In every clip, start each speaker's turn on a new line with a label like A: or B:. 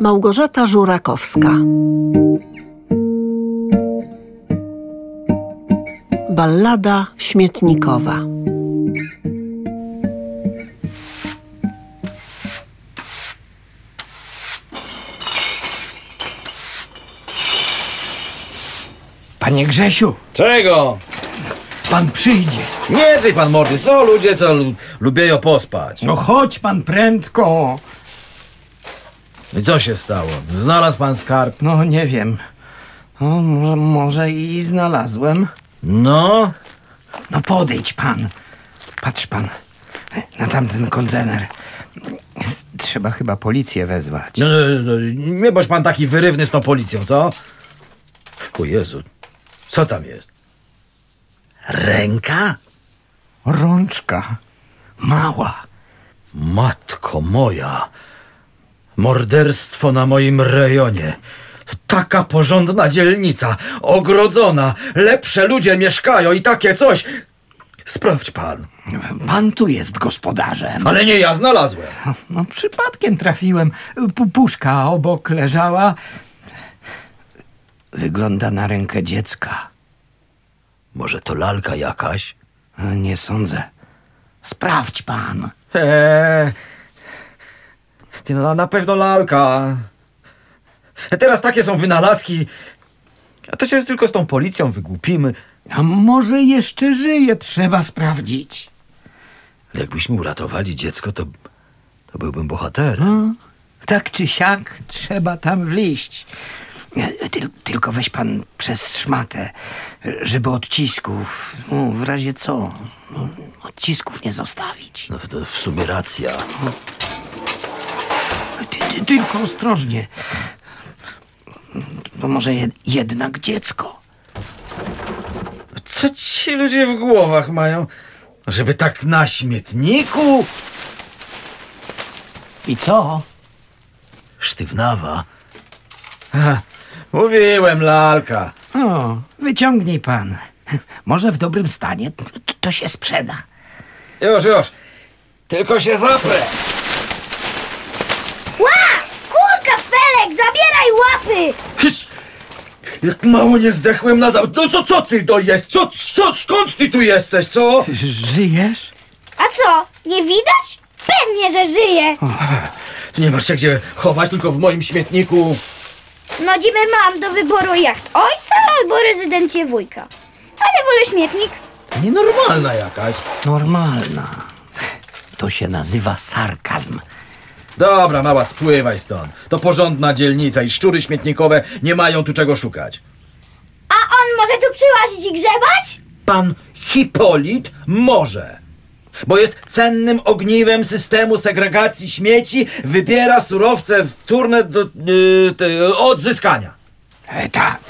A: Małgorzata Żurakowska. Ballada śmietnikowa.
B: Panie Grzesiu,
C: Czego?
B: pan przyjdzie.
C: Nie drzyj pan mordy, są ludzie, co lu- lubieją pospać.
B: No chodź pan prędko.
C: I co się stało? Znalazł pan skarb?
B: No nie wiem. No, może, może i znalazłem.
C: No?
B: No podejdź pan. Patrz pan na tamten kontener. Trzeba chyba policję wezwać.
C: No, no, no, Nie bądź pan taki wyrywny z tą policją, co? O Jezu, co tam jest? Ręka?
B: Rączka. Mała.
C: Matko moja! Morderstwo na moim rejonie. Taka porządna dzielnica, ogrodzona, lepsze ludzie mieszkają i takie coś. Sprawdź pan.
B: Pan tu jest gospodarzem.
C: Ale nie ja znalazłem.
B: No przypadkiem trafiłem. Pu- Puszka obok leżała. Wygląda na rękę dziecka.
C: Może to lalka jakaś?
B: Nie sądzę. Sprawdź pan.
C: Eee, ty, no, na pewno lalka. Teraz takie są wynalazki. A to się tylko z tą policją wygłupimy.
B: A może jeszcze żyje, trzeba sprawdzić.
C: Jakbyśmy uratowali dziecko, to, to byłbym bohaterem.
B: Tak czy siak, trzeba tam wliść. Tyl, tylko weź pan przez szmatę, żeby odcisków, no, w razie co, no, odcisków nie zostawić.
C: No, w, w sumie racja.
B: Ty, ty, tylko ostrożnie. Bo może jed, jednak dziecko.
C: Co ci ludzie w głowach mają? Żeby tak na śmietniku?
B: I co?
C: Sztywnawa. Ha, mówiłem, lalka.
B: O, wyciągnij pan. Może w dobrym stanie to, to się sprzeda.
C: Już, już. Tylko się zaprę.
D: Ła! Kurka, Felek, zabieraj łapy!
C: Jak mało nie zdechłem na zał... No co, co ty to jest? Co, co, skąd ty tu jesteś, co?
B: Żyjesz?
D: A co, nie widać? Pewnie, że żyje.
C: Nie masz się gdzie chować, tylko w moim śmietniku.
D: No dziwę mam do wyboru jacht ojca albo rezydencję wujka. Ale wolę śmietnik.
C: Nienormalna jakaś.
B: Normalna. To się nazywa sarkazm.
C: Dobra, mała, spływaj stąd. To porządna dzielnica i szczury śmietnikowe nie mają tu czego szukać.
D: A on może tu przyłazić i grzebać?
C: Pan Hipolit może. Bo jest cennym ogniwem systemu segregacji śmieci, wybiera surowce wtórne do y, te- odzyskania.
B: E, tak.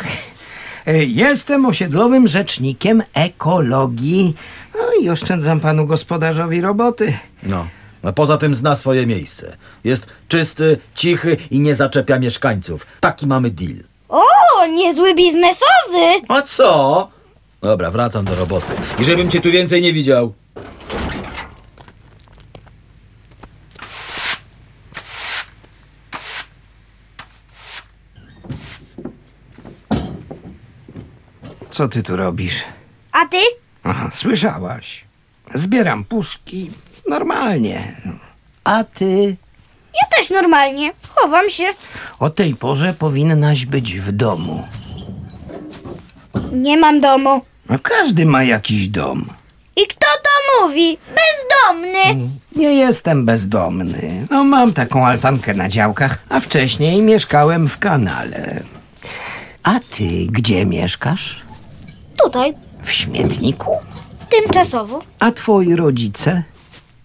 B: E, Jestem osiedlowym rzecznikiem ekologii. No i oszczędzam panu gospodarzowi roboty.
C: No. A poza tym zna swoje miejsce. Jest czysty, cichy i nie zaczepia mieszkańców. Taki mamy deal.
D: O, niezły biznesowy.
C: A co? Dobra, wracam do roboty. I żebym cię tu więcej nie widział.
B: Co ty tu robisz?
D: A ty?
B: Aha, słyszałaś. Zbieram puszki. Normalnie. A ty
D: Ja też normalnie. Chowam się.
B: o tej porze powinnaś być w domu.
D: Nie mam domu.
B: No każdy ma jakiś dom.
D: I kto to mówi? Bezdomny.
B: Nie jestem bezdomny. No, mam taką altankę na działkach, a wcześniej mieszkałem w kanale. A ty gdzie mieszkasz?
D: Tutaj.
B: W śmietniku?
D: Tymczasowo.
B: A twoi rodzice?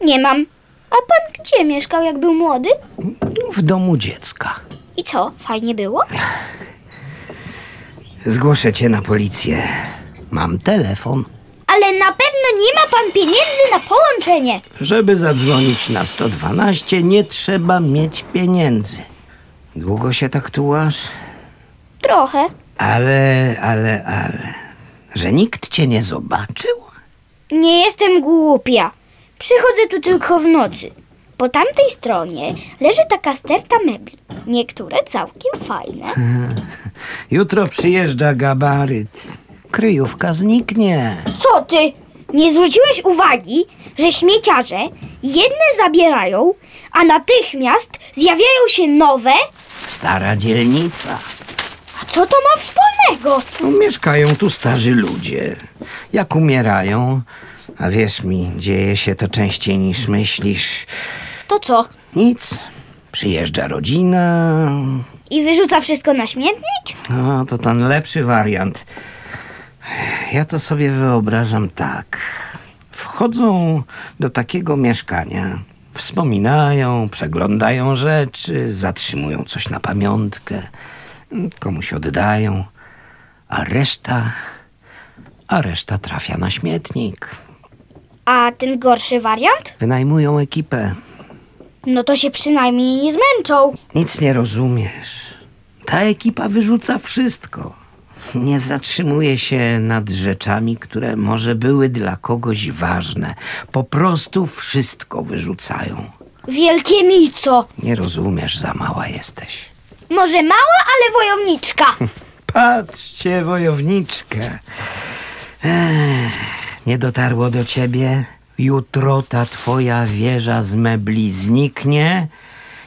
D: Nie mam. A pan gdzie mieszkał, jak był młody?
B: W domu dziecka.
D: I co, fajnie było?
B: Zgłoszę cię na policję. Mam telefon.
D: Ale na pewno nie ma pan pieniędzy na połączenie.
B: Żeby zadzwonić na 112, nie trzeba mieć pieniędzy. Długo się tak tułasz?
D: Trochę.
B: Ale, ale, ale. Że nikt cię nie zobaczył?
D: Nie jestem głupia. Przychodzę tu tylko w nocy. Po tamtej stronie leży taka sterta mebli. Niektóre całkiem fajne.
B: Jutro przyjeżdża gabaryt. Kryjówka zniknie.
D: Co ty? Nie zwróciłeś uwagi, że śmieciarze jedne zabierają, a natychmiast zjawiają się nowe?
B: Stara dzielnica.
D: A co to ma wspólnego?
B: No, mieszkają tu starzy ludzie. Jak umierają, a wierz mi, dzieje się to częściej niż myślisz.
D: To co?
B: Nic. Przyjeżdża rodzina.
D: I wyrzuca wszystko na śmietnik?
B: No, to ten lepszy wariant. Ja to sobie wyobrażam tak. Wchodzą do takiego mieszkania, wspominają, przeglądają rzeczy, zatrzymują coś na pamiątkę, komuś oddają, a reszta, a reszta trafia na śmietnik.
D: A ten gorszy wariant?
B: Wynajmują ekipę.
D: No to się przynajmniej nie zmęczą.
B: Nic nie rozumiesz. Ta ekipa wyrzuca wszystko. Nie zatrzymuje się nad rzeczami, które może były dla kogoś ważne. Po prostu wszystko wyrzucają.
D: Wielkie mico.
B: Nie rozumiesz, za mała jesteś.
D: Może mała, ale wojowniczka.
B: Patrzcie, wojowniczkę. Ech, nie dotarło do ciebie? Jutro ta twoja wieża z mebli zniknie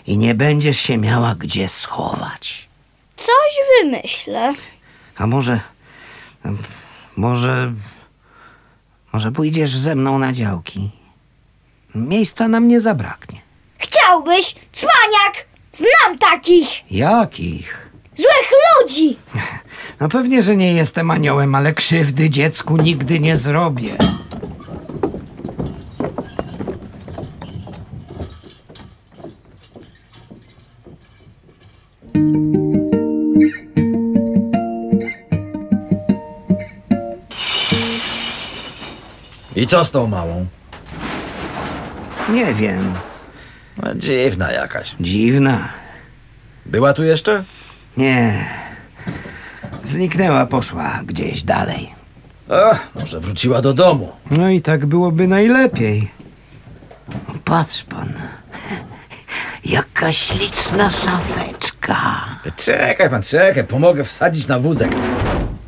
B: i nie będziesz się miała gdzie schować.
D: Coś wymyślę.
B: A może. em, Może. Może pójdziesz ze mną na działki? Miejsca nam nie zabraknie.
D: Chciałbyś? Cwaniak! Znam takich!
B: Jakich?
D: Złych ludzi!
B: No pewnie, że nie jestem aniołem, ale krzywdy dziecku nigdy nie zrobię.
C: I co z tą małą?
B: Nie wiem.
C: No, Dziwna jakaś.
B: Dziwna.
C: Była tu jeszcze?
B: Nie. Zniknęła, poszła gdzieś dalej.
C: Ach, może wróciła do domu.
B: No i tak byłoby najlepiej. No patrz pan. Jaka śliczna szafeczka.
C: Czekaj pan, czekaj, pomogę wsadzić na wózek.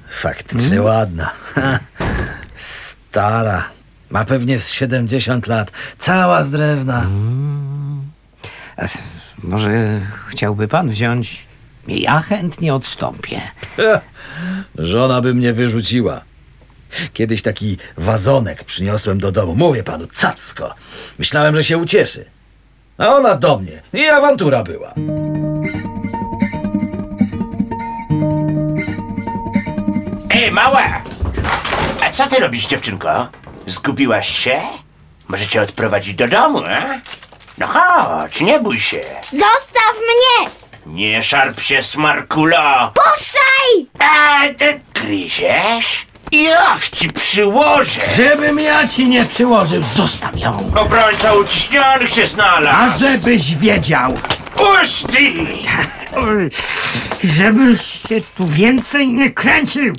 C: Faktycznie ładna. Stara. Ma pewnie z 70 lat. Cała z drewna.
B: Ech, Może chciałby pan wziąć? Ja chętnie odstąpię.
C: Żona by mnie wyrzuciła. Kiedyś taki wazonek przyniosłem do domu. Mówię panu, cacko. Myślałem, że się ucieszy. A ona do mnie. I awantura była.
E: Ej, mała! A co ty robisz, dziewczynko? Zgubiłaś się? Może cię odprowadzić do domu, a? No chodź, nie bój się.
D: Zostaw mnie!
E: Nie szarp się, smarkulo.
D: Puszczaj!
E: A, ty gryziesz? Jach ci przyłożę!
B: Żebym ja ci nie przyłożył, zostaw ją.
E: Obrońca uciśnionych się
B: A
E: znalazł.
B: żebyś wiedział,
E: Puść ty!
B: żebyś się tu więcej nie kręcił.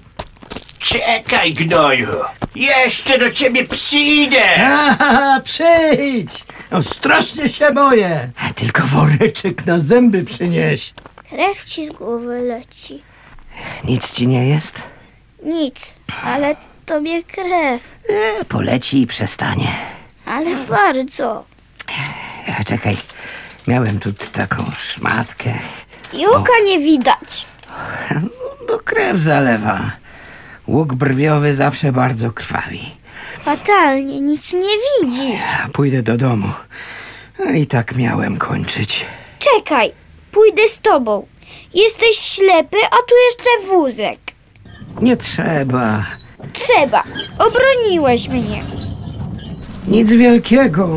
E: Czekaj, gnoju. Jeszcze do ciebie przyjdę.
B: Aha, przyjdź. No, strasznie się boję. Tylko woreczek na zęby przynieś.
D: Krew ci z głowy leci.
B: Nic ci nie jest?
D: Nic, ale tobie krew.
B: E, poleci i przestanie.
D: Ale bardzo.
B: E, Czekaj, miałem tu t- taką szmatkę.
D: Juka nie widać.
B: Bo krew zalewa. Łuk brwiowy zawsze bardzo krwawi.
D: Fatalnie, nic nie widzisz.
B: A Pójdę do domu. No I tak miałem kończyć.
D: Czekaj, pójdę z tobą. Jesteś ślepy, a tu jeszcze wózek.
B: Nie trzeba.
D: Trzeba. Obroniłeś mnie.
B: Nic wielkiego.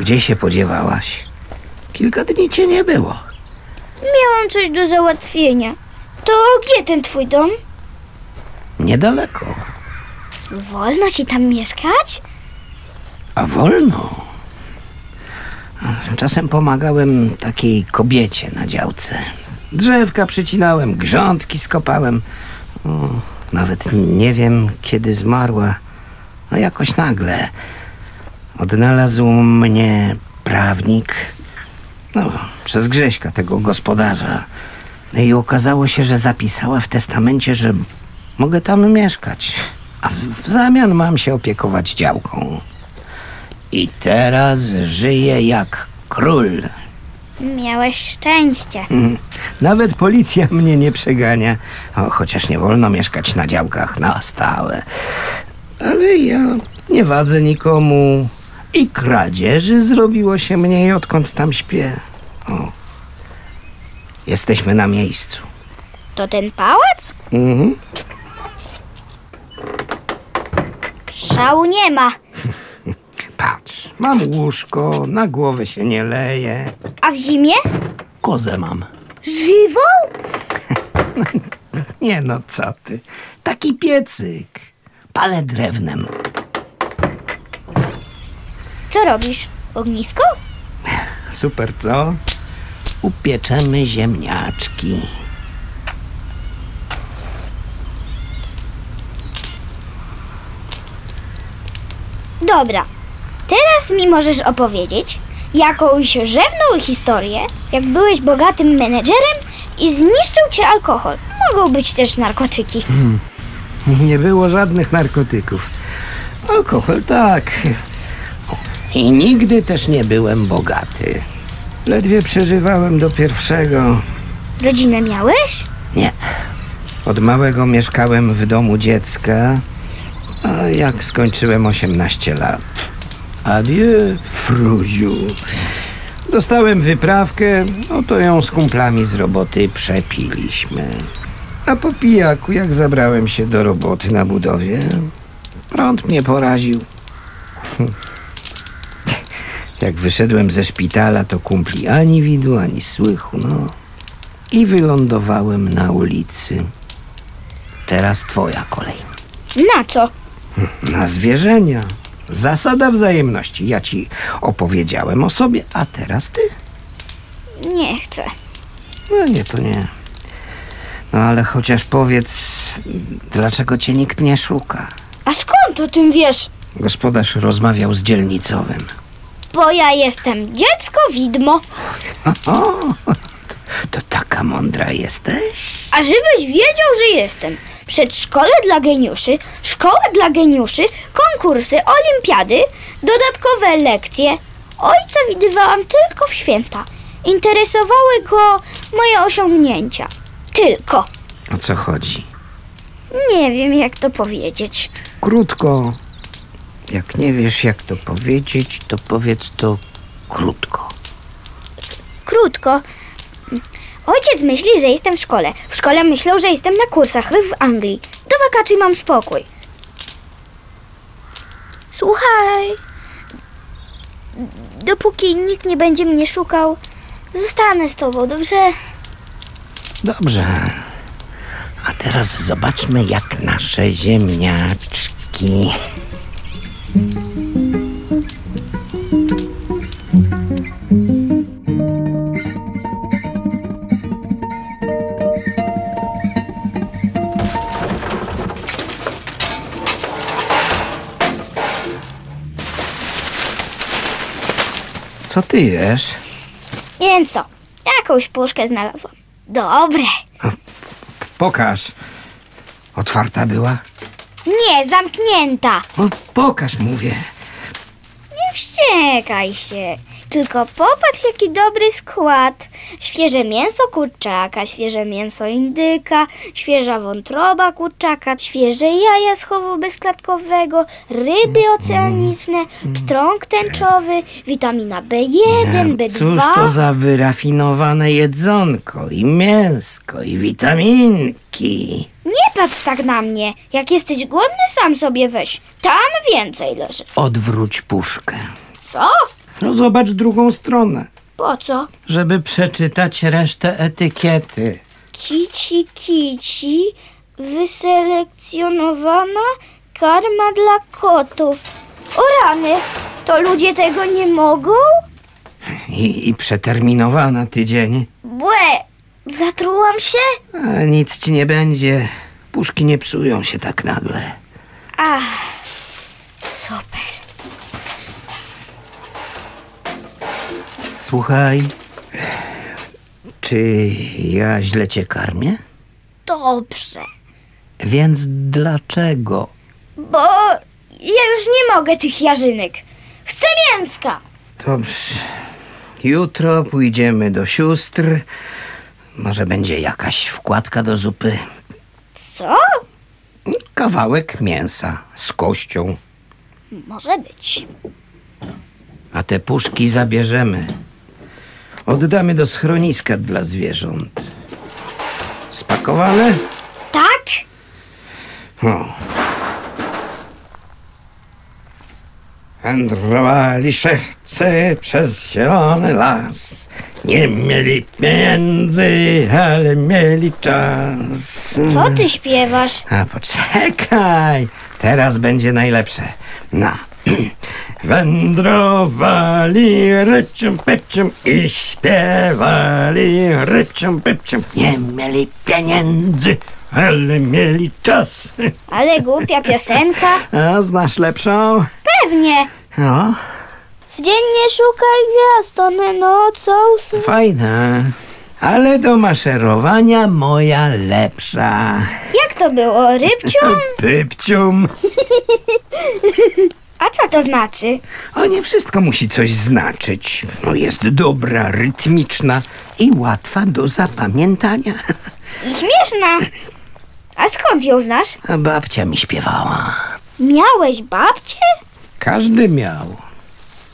B: Gdzie się podziewałaś? Kilka dni cię nie było.
D: Miałam coś do załatwienia. To gdzie ten twój dom?
B: Niedaleko.
D: Wolno ci tam mieszkać?
B: A wolno. Czasem pomagałem takiej kobiecie na działce. Drzewka przycinałem, grządki skopałem. O, nawet nie wiem, kiedy zmarła. No jakoś nagle. Odnalazł mnie prawnik, no, przez Grześka, tego gospodarza. No I okazało się, że zapisała w testamencie, że mogę tam mieszkać, a w- w zamian mam się opiekować działką. I teraz żyję jak król.
D: Miałeś szczęście.
B: Mm. Nawet policja mnie nie przegania. O, chociaż nie wolno mieszkać na działkach na stałe. Ale ja nie wadzę nikomu. I kradzieży zrobiło się mniej, odkąd tam śpię. O. Jesteśmy na miejscu.
D: To ten pałac?
B: Mhm.
D: Szału nie ma.
B: Patrz, mam łóżko, na głowę się nie leje.
D: A w zimie?
B: Kozę mam.
D: Żywą?
B: Nie no, co ty. Taki piecyk. Palę drewnem.
D: Co robisz? Ognisko?
B: Super, co? Upieczemy ziemniaczki.
D: Dobra. Teraz mi możesz opowiedzieć jakąś rzewną historię, jak byłeś bogatym menedżerem i zniszczył cię alkohol. Mogą być też narkotyki.
B: Nie było żadnych narkotyków. Alkohol tak. I nigdy też nie byłem bogaty. Ledwie przeżywałem do pierwszego.
D: Rodzinę miałeś?
B: Nie. Od małego mieszkałem w domu dziecka, a jak skończyłem 18 lat. Adieu, fruziu. Dostałem wyprawkę, no to ją z kumplami z roboty przepiliśmy. A po pijaku, jak zabrałem się do roboty na budowie, prąd mnie poraził. Jak wyszedłem ze szpitala, to kumpli ani widu, ani słychu, no i wylądowałem na ulicy. Teraz twoja kolej.
D: Na co?
B: Na zwierzenia. Zasada wzajemności. Ja ci opowiedziałem o sobie, a teraz ty?
D: Nie chcę.
B: No nie, to nie. No ale chociaż powiedz, dlaczego cię nikt nie szuka?
D: A skąd o tym wiesz?
B: Gospodarz rozmawiał z dzielnicowym.
D: Bo ja jestem dziecko widmo.
B: O, to, to taka mądra jesteś?
D: A żebyś wiedział, że jestem. Przedszkole dla geniuszy, szkoły dla geniuszy, konkursy, olimpiady, dodatkowe lekcje. Ojca widywałam tylko w święta. Interesowały go moje osiągnięcia. Tylko.
B: O co chodzi?
D: Nie wiem, jak to powiedzieć.
B: Krótko. Jak nie wiesz, jak to powiedzieć, to powiedz to krótko.
D: Krótko. Ojciec myśli, że jestem w szkole. W szkole myślą, że jestem na kursach w Anglii. Do wakacji mam spokój. Słuchaj. Dopóki nikt nie będzie mnie szukał, zostanę z tobą, dobrze?
B: Dobrze. A teraz zobaczmy, jak nasze ziemniaczki. Co ty jesz?
D: Mięso. Jakąś puszkę znalazłam. Dobre.
B: Pokaż. Otwarta była?
D: Nie, zamknięta.
B: O, pokaż, mówię.
D: Nie wściekaj się. Tylko popatrz, jaki dobry skład. Świeże mięso kurczaka, świeże mięso indyka, świeża wątroba kurczaka, świeże jaja z chowu bezklatkowego, ryby
B: Mm.
D: oceaniczne, pstrąg tęczowy, witamina B1, B2.
B: Mm. Cóż to za wyrafinowane jedzonko i mięsko i witaminki.
D: Nie patrz tak na mnie. Jak jesteś głodny, sam sobie weź. Tam więcej leży.
B: Odwróć puszkę.
D: Co?
B: No zobacz drugą stronę,
D: Po co?
B: żeby przeczytać resztę etykiety.
D: Kici, kici, wyselekcjonowana karma dla kotów. O rany, to ludzie tego nie mogą?
B: I, i przeterminowana tydzień.
D: Błe, zatrułam się?
B: A nic ci nie będzie. Puszki nie psują się tak nagle.
D: Ach, super.
B: Słuchaj, czy ja źle cię karmię?
D: Dobrze,
B: Więc dlaczego?
D: bo ja już nie mogę tych jarzynek. Chcę mięska!
B: Dobrze. Jutro pójdziemy do sióstr. Może będzie jakaś wkładka do zupy.
D: Co?
B: Kawałek mięsa z kością.
D: Może być.
B: A te puszki zabierzemy. Oddamy do schroniska dla zwierząt. Spakowane?
D: Tak?
B: O. Wędrowali szewcy przez zielony las. Nie mieli pieniędzy, ale mieli czas.
D: Co ty śpiewasz?
B: A poczekaj, teraz będzie najlepsze. No. Wędrowali rycią, pypcią i śpiewali rycią, pypcią. Nie mieli pieniędzy, ale mieli czas.
D: Ale głupia piosenka.
B: A znasz lepszą?
D: Pewnie.
B: No,
D: W dzień nie szukaj gwiazd, one nocą są.
B: fajna. Ale do maszerowania moja lepsza.
D: Jak to było, rybciu?
B: Pypcium.
D: A co to znaczy?
B: A nie wszystko musi coś znaczyć. No, jest dobra, rytmiczna i łatwa do zapamiętania.
D: I śmieszna. A skąd ją znasz?
B: A babcia mi śpiewała.
D: Miałeś babcię?
B: Każdy miał.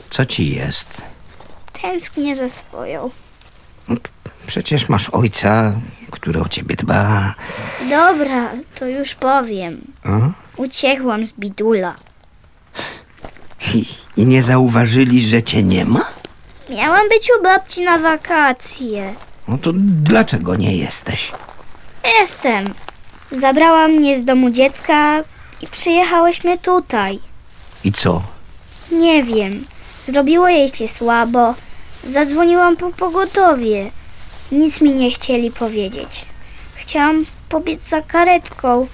B: Co ci jest?
D: Tęsknię za swoją.
B: Przecież masz ojca, który o ciebie dba.
D: Dobra, to już powiem.
B: A?
D: Uciekłam z bidula.
B: I, I nie zauważyli, że cię nie ma?
D: Miałam być u babci na wakacje.
B: No to dlaczego nie jesteś?
D: Jestem. Zabrała mnie z domu dziecka i przyjechałyśmy tutaj.
B: I co?
D: Nie wiem. Zrobiło jej się słabo. Zadzwoniłam po pogotowie. Nic mi nie chcieli powiedzieć. Chciałam pobiec za karetką,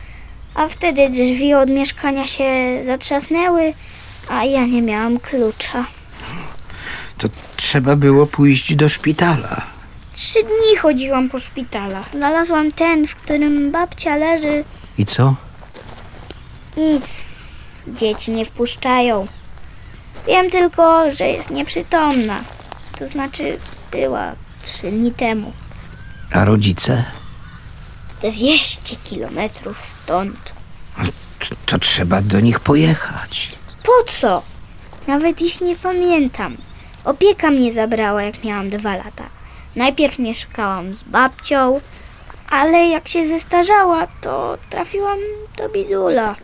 D: a wtedy drzwi od mieszkania się zatrzasnęły, a ja nie miałam klucza.
B: To trzeba było pójść do szpitala.
D: Trzy dni chodziłam po szpitalach. Znalazłam ten, w którym babcia leży.
B: I co?
D: Nic. Dzieci nie wpuszczają. Wiem tylko, że jest nieprzytomna. To znaczy, była trzy dni temu.
B: A rodzice?
D: 200 kilometrów stąd.
B: To, to trzeba do nich pojechać.
D: Po co? Nawet ich nie pamiętam. Opieka mnie zabrała, jak miałam dwa lata. Najpierw mieszkałam z babcią, ale jak się zestarzała, to trafiłam do bidula.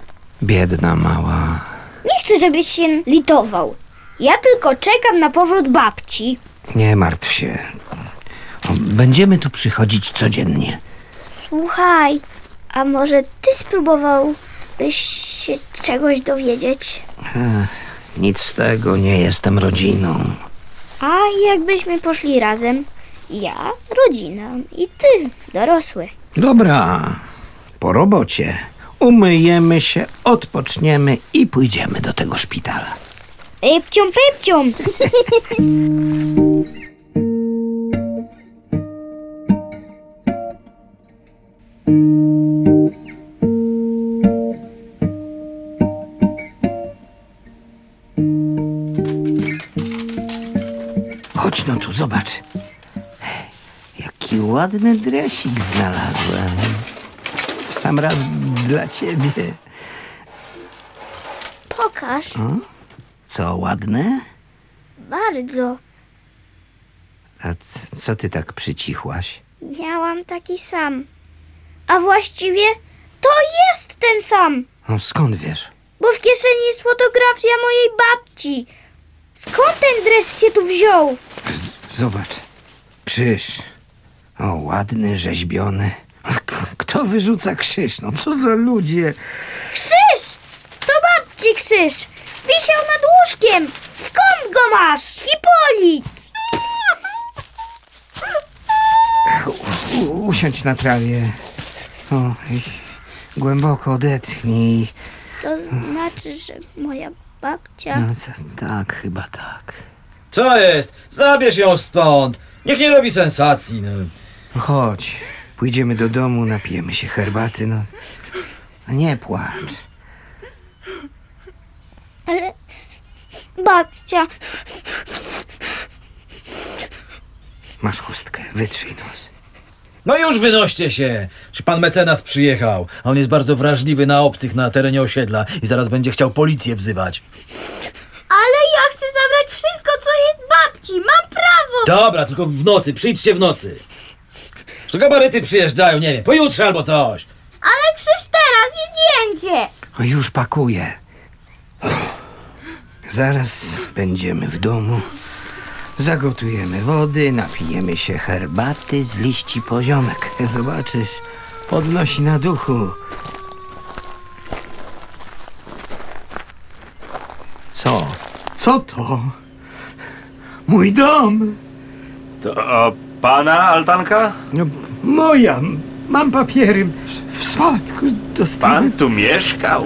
B: Biedna mała.
D: Nie chcę, żebyś się litował. Ja tylko czekam na powrót babci.
B: Nie martw się. O, Będziemy tu przychodzić codziennie.
D: Słuchaj, a może ty spróbowałbyś się czegoś dowiedzieć?
B: Nic z tego, nie jestem rodziną.
D: A jakbyśmy poszli razem? Ja, rodzina i ty, dorosły.
B: Dobra, po robocie. Umyjemy się, odpoczniemy i pójdziemy do tego szpitala.
D: Pypcium, pypcium!
B: Chodź no tu, zobacz. Jaki ładny dresik znalazłem. W sam raz dla ciebie.
D: Pokaż.
B: Co ładne?
D: Bardzo.
B: A c- co ty tak przycichłaś?
D: Miałam taki sam. A właściwie to jest ten sam,
B: No skąd wiesz?
D: bo w kieszeni jest fotografia mojej babci. Skąd ten dres się tu wziął?
B: Z- Zobacz. Krzyż. O, ładny, rzeźbiony. K- Kto wyrzuca krzyż? No co za ludzie?
D: Krzyż! To babci krzyż! Wisiał nad łóżkiem! Skąd go masz? Hipolit!
B: U- usiądź na trawie. O, i głęboko odetchnij.
D: To znaczy, że moja babcia
B: No, co- tak, chyba tak.
C: Co jest? Zabierz ją stąd. Niech nie robi sensacji. No.
B: Chodź, pójdziemy do domu, napijemy się herbaty, no. A Nie płacz.
D: Ale babcia,
B: Masz chustkę, wytrzyj nos.
C: no już wynoście się. Czy pan mecenas przyjechał? A on jest bardzo wrażliwy na obcych na terenie osiedla i zaraz będzie chciał policję wzywać.
F: Ale ja chcę zabrać wszystko, co jest babci. Mam prawo.
C: Dobra, tylko w nocy. Przyjdźcie w nocy. Że gabaryty przyjeżdżają, nie wiem, pojutrze albo coś.
F: Ale krzyż teraz i zdjęcie.
B: O, już pakuję. Zaraz będziemy w domu. Zagotujemy wody, napijemy się herbaty z liści poziomek. Zobaczysz, podnosi na duchu. Co? Co to? Mój dom!
E: To o, pana altanka?
B: No, moja! Mam papiery. W spadku dostałem.
E: Pan tu mieszkał?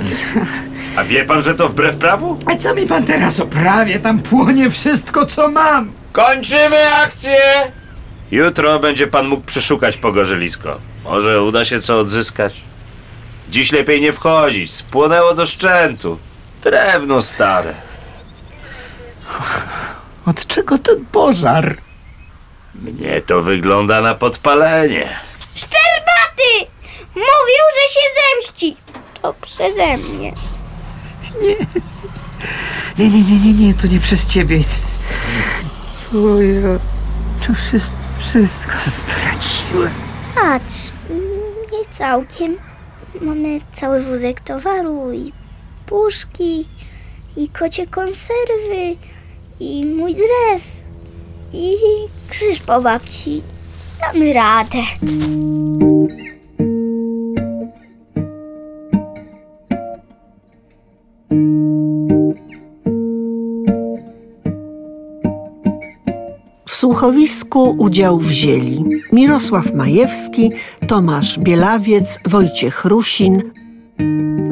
E: A wie pan, że to wbrew prawu?
B: A co mi pan teraz oprawia? Tam płonie wszystko, co mam.
E: Kończymy akcję! Jutro będzie pan mógł przeszukać pogorzelisko. Może uda się co odzyskać. Dziś lepiej nie wchodzić. Spłonęło do szczętu. Drewno stare.
B: Od czego ten pożar?
E: Mnie to wygląda na podpalenie.
D: szczerbaty! Mówił, że się zemści. To przeze mnie.
B: Nie, nie, nie, nie, nie, to nie przez ciebie. Co ja... To wszystko, wszystko straciłem.
D: Patrz, mm, nie całkiem. Mamy cały wózek towaru i puszki, i kocie konserwy, i mój dres, i krzyż po babci. Damy radę.
A: W słuchowisku udział wzięli Mirosław Majewski, Tomasz Bielawiec, Wojciech Rusin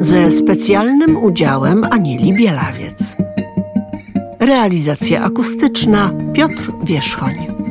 A: ze specjalnym udziałem Anieli Bielawiec. Realizacja akustyczna Piotr Wierzchoń.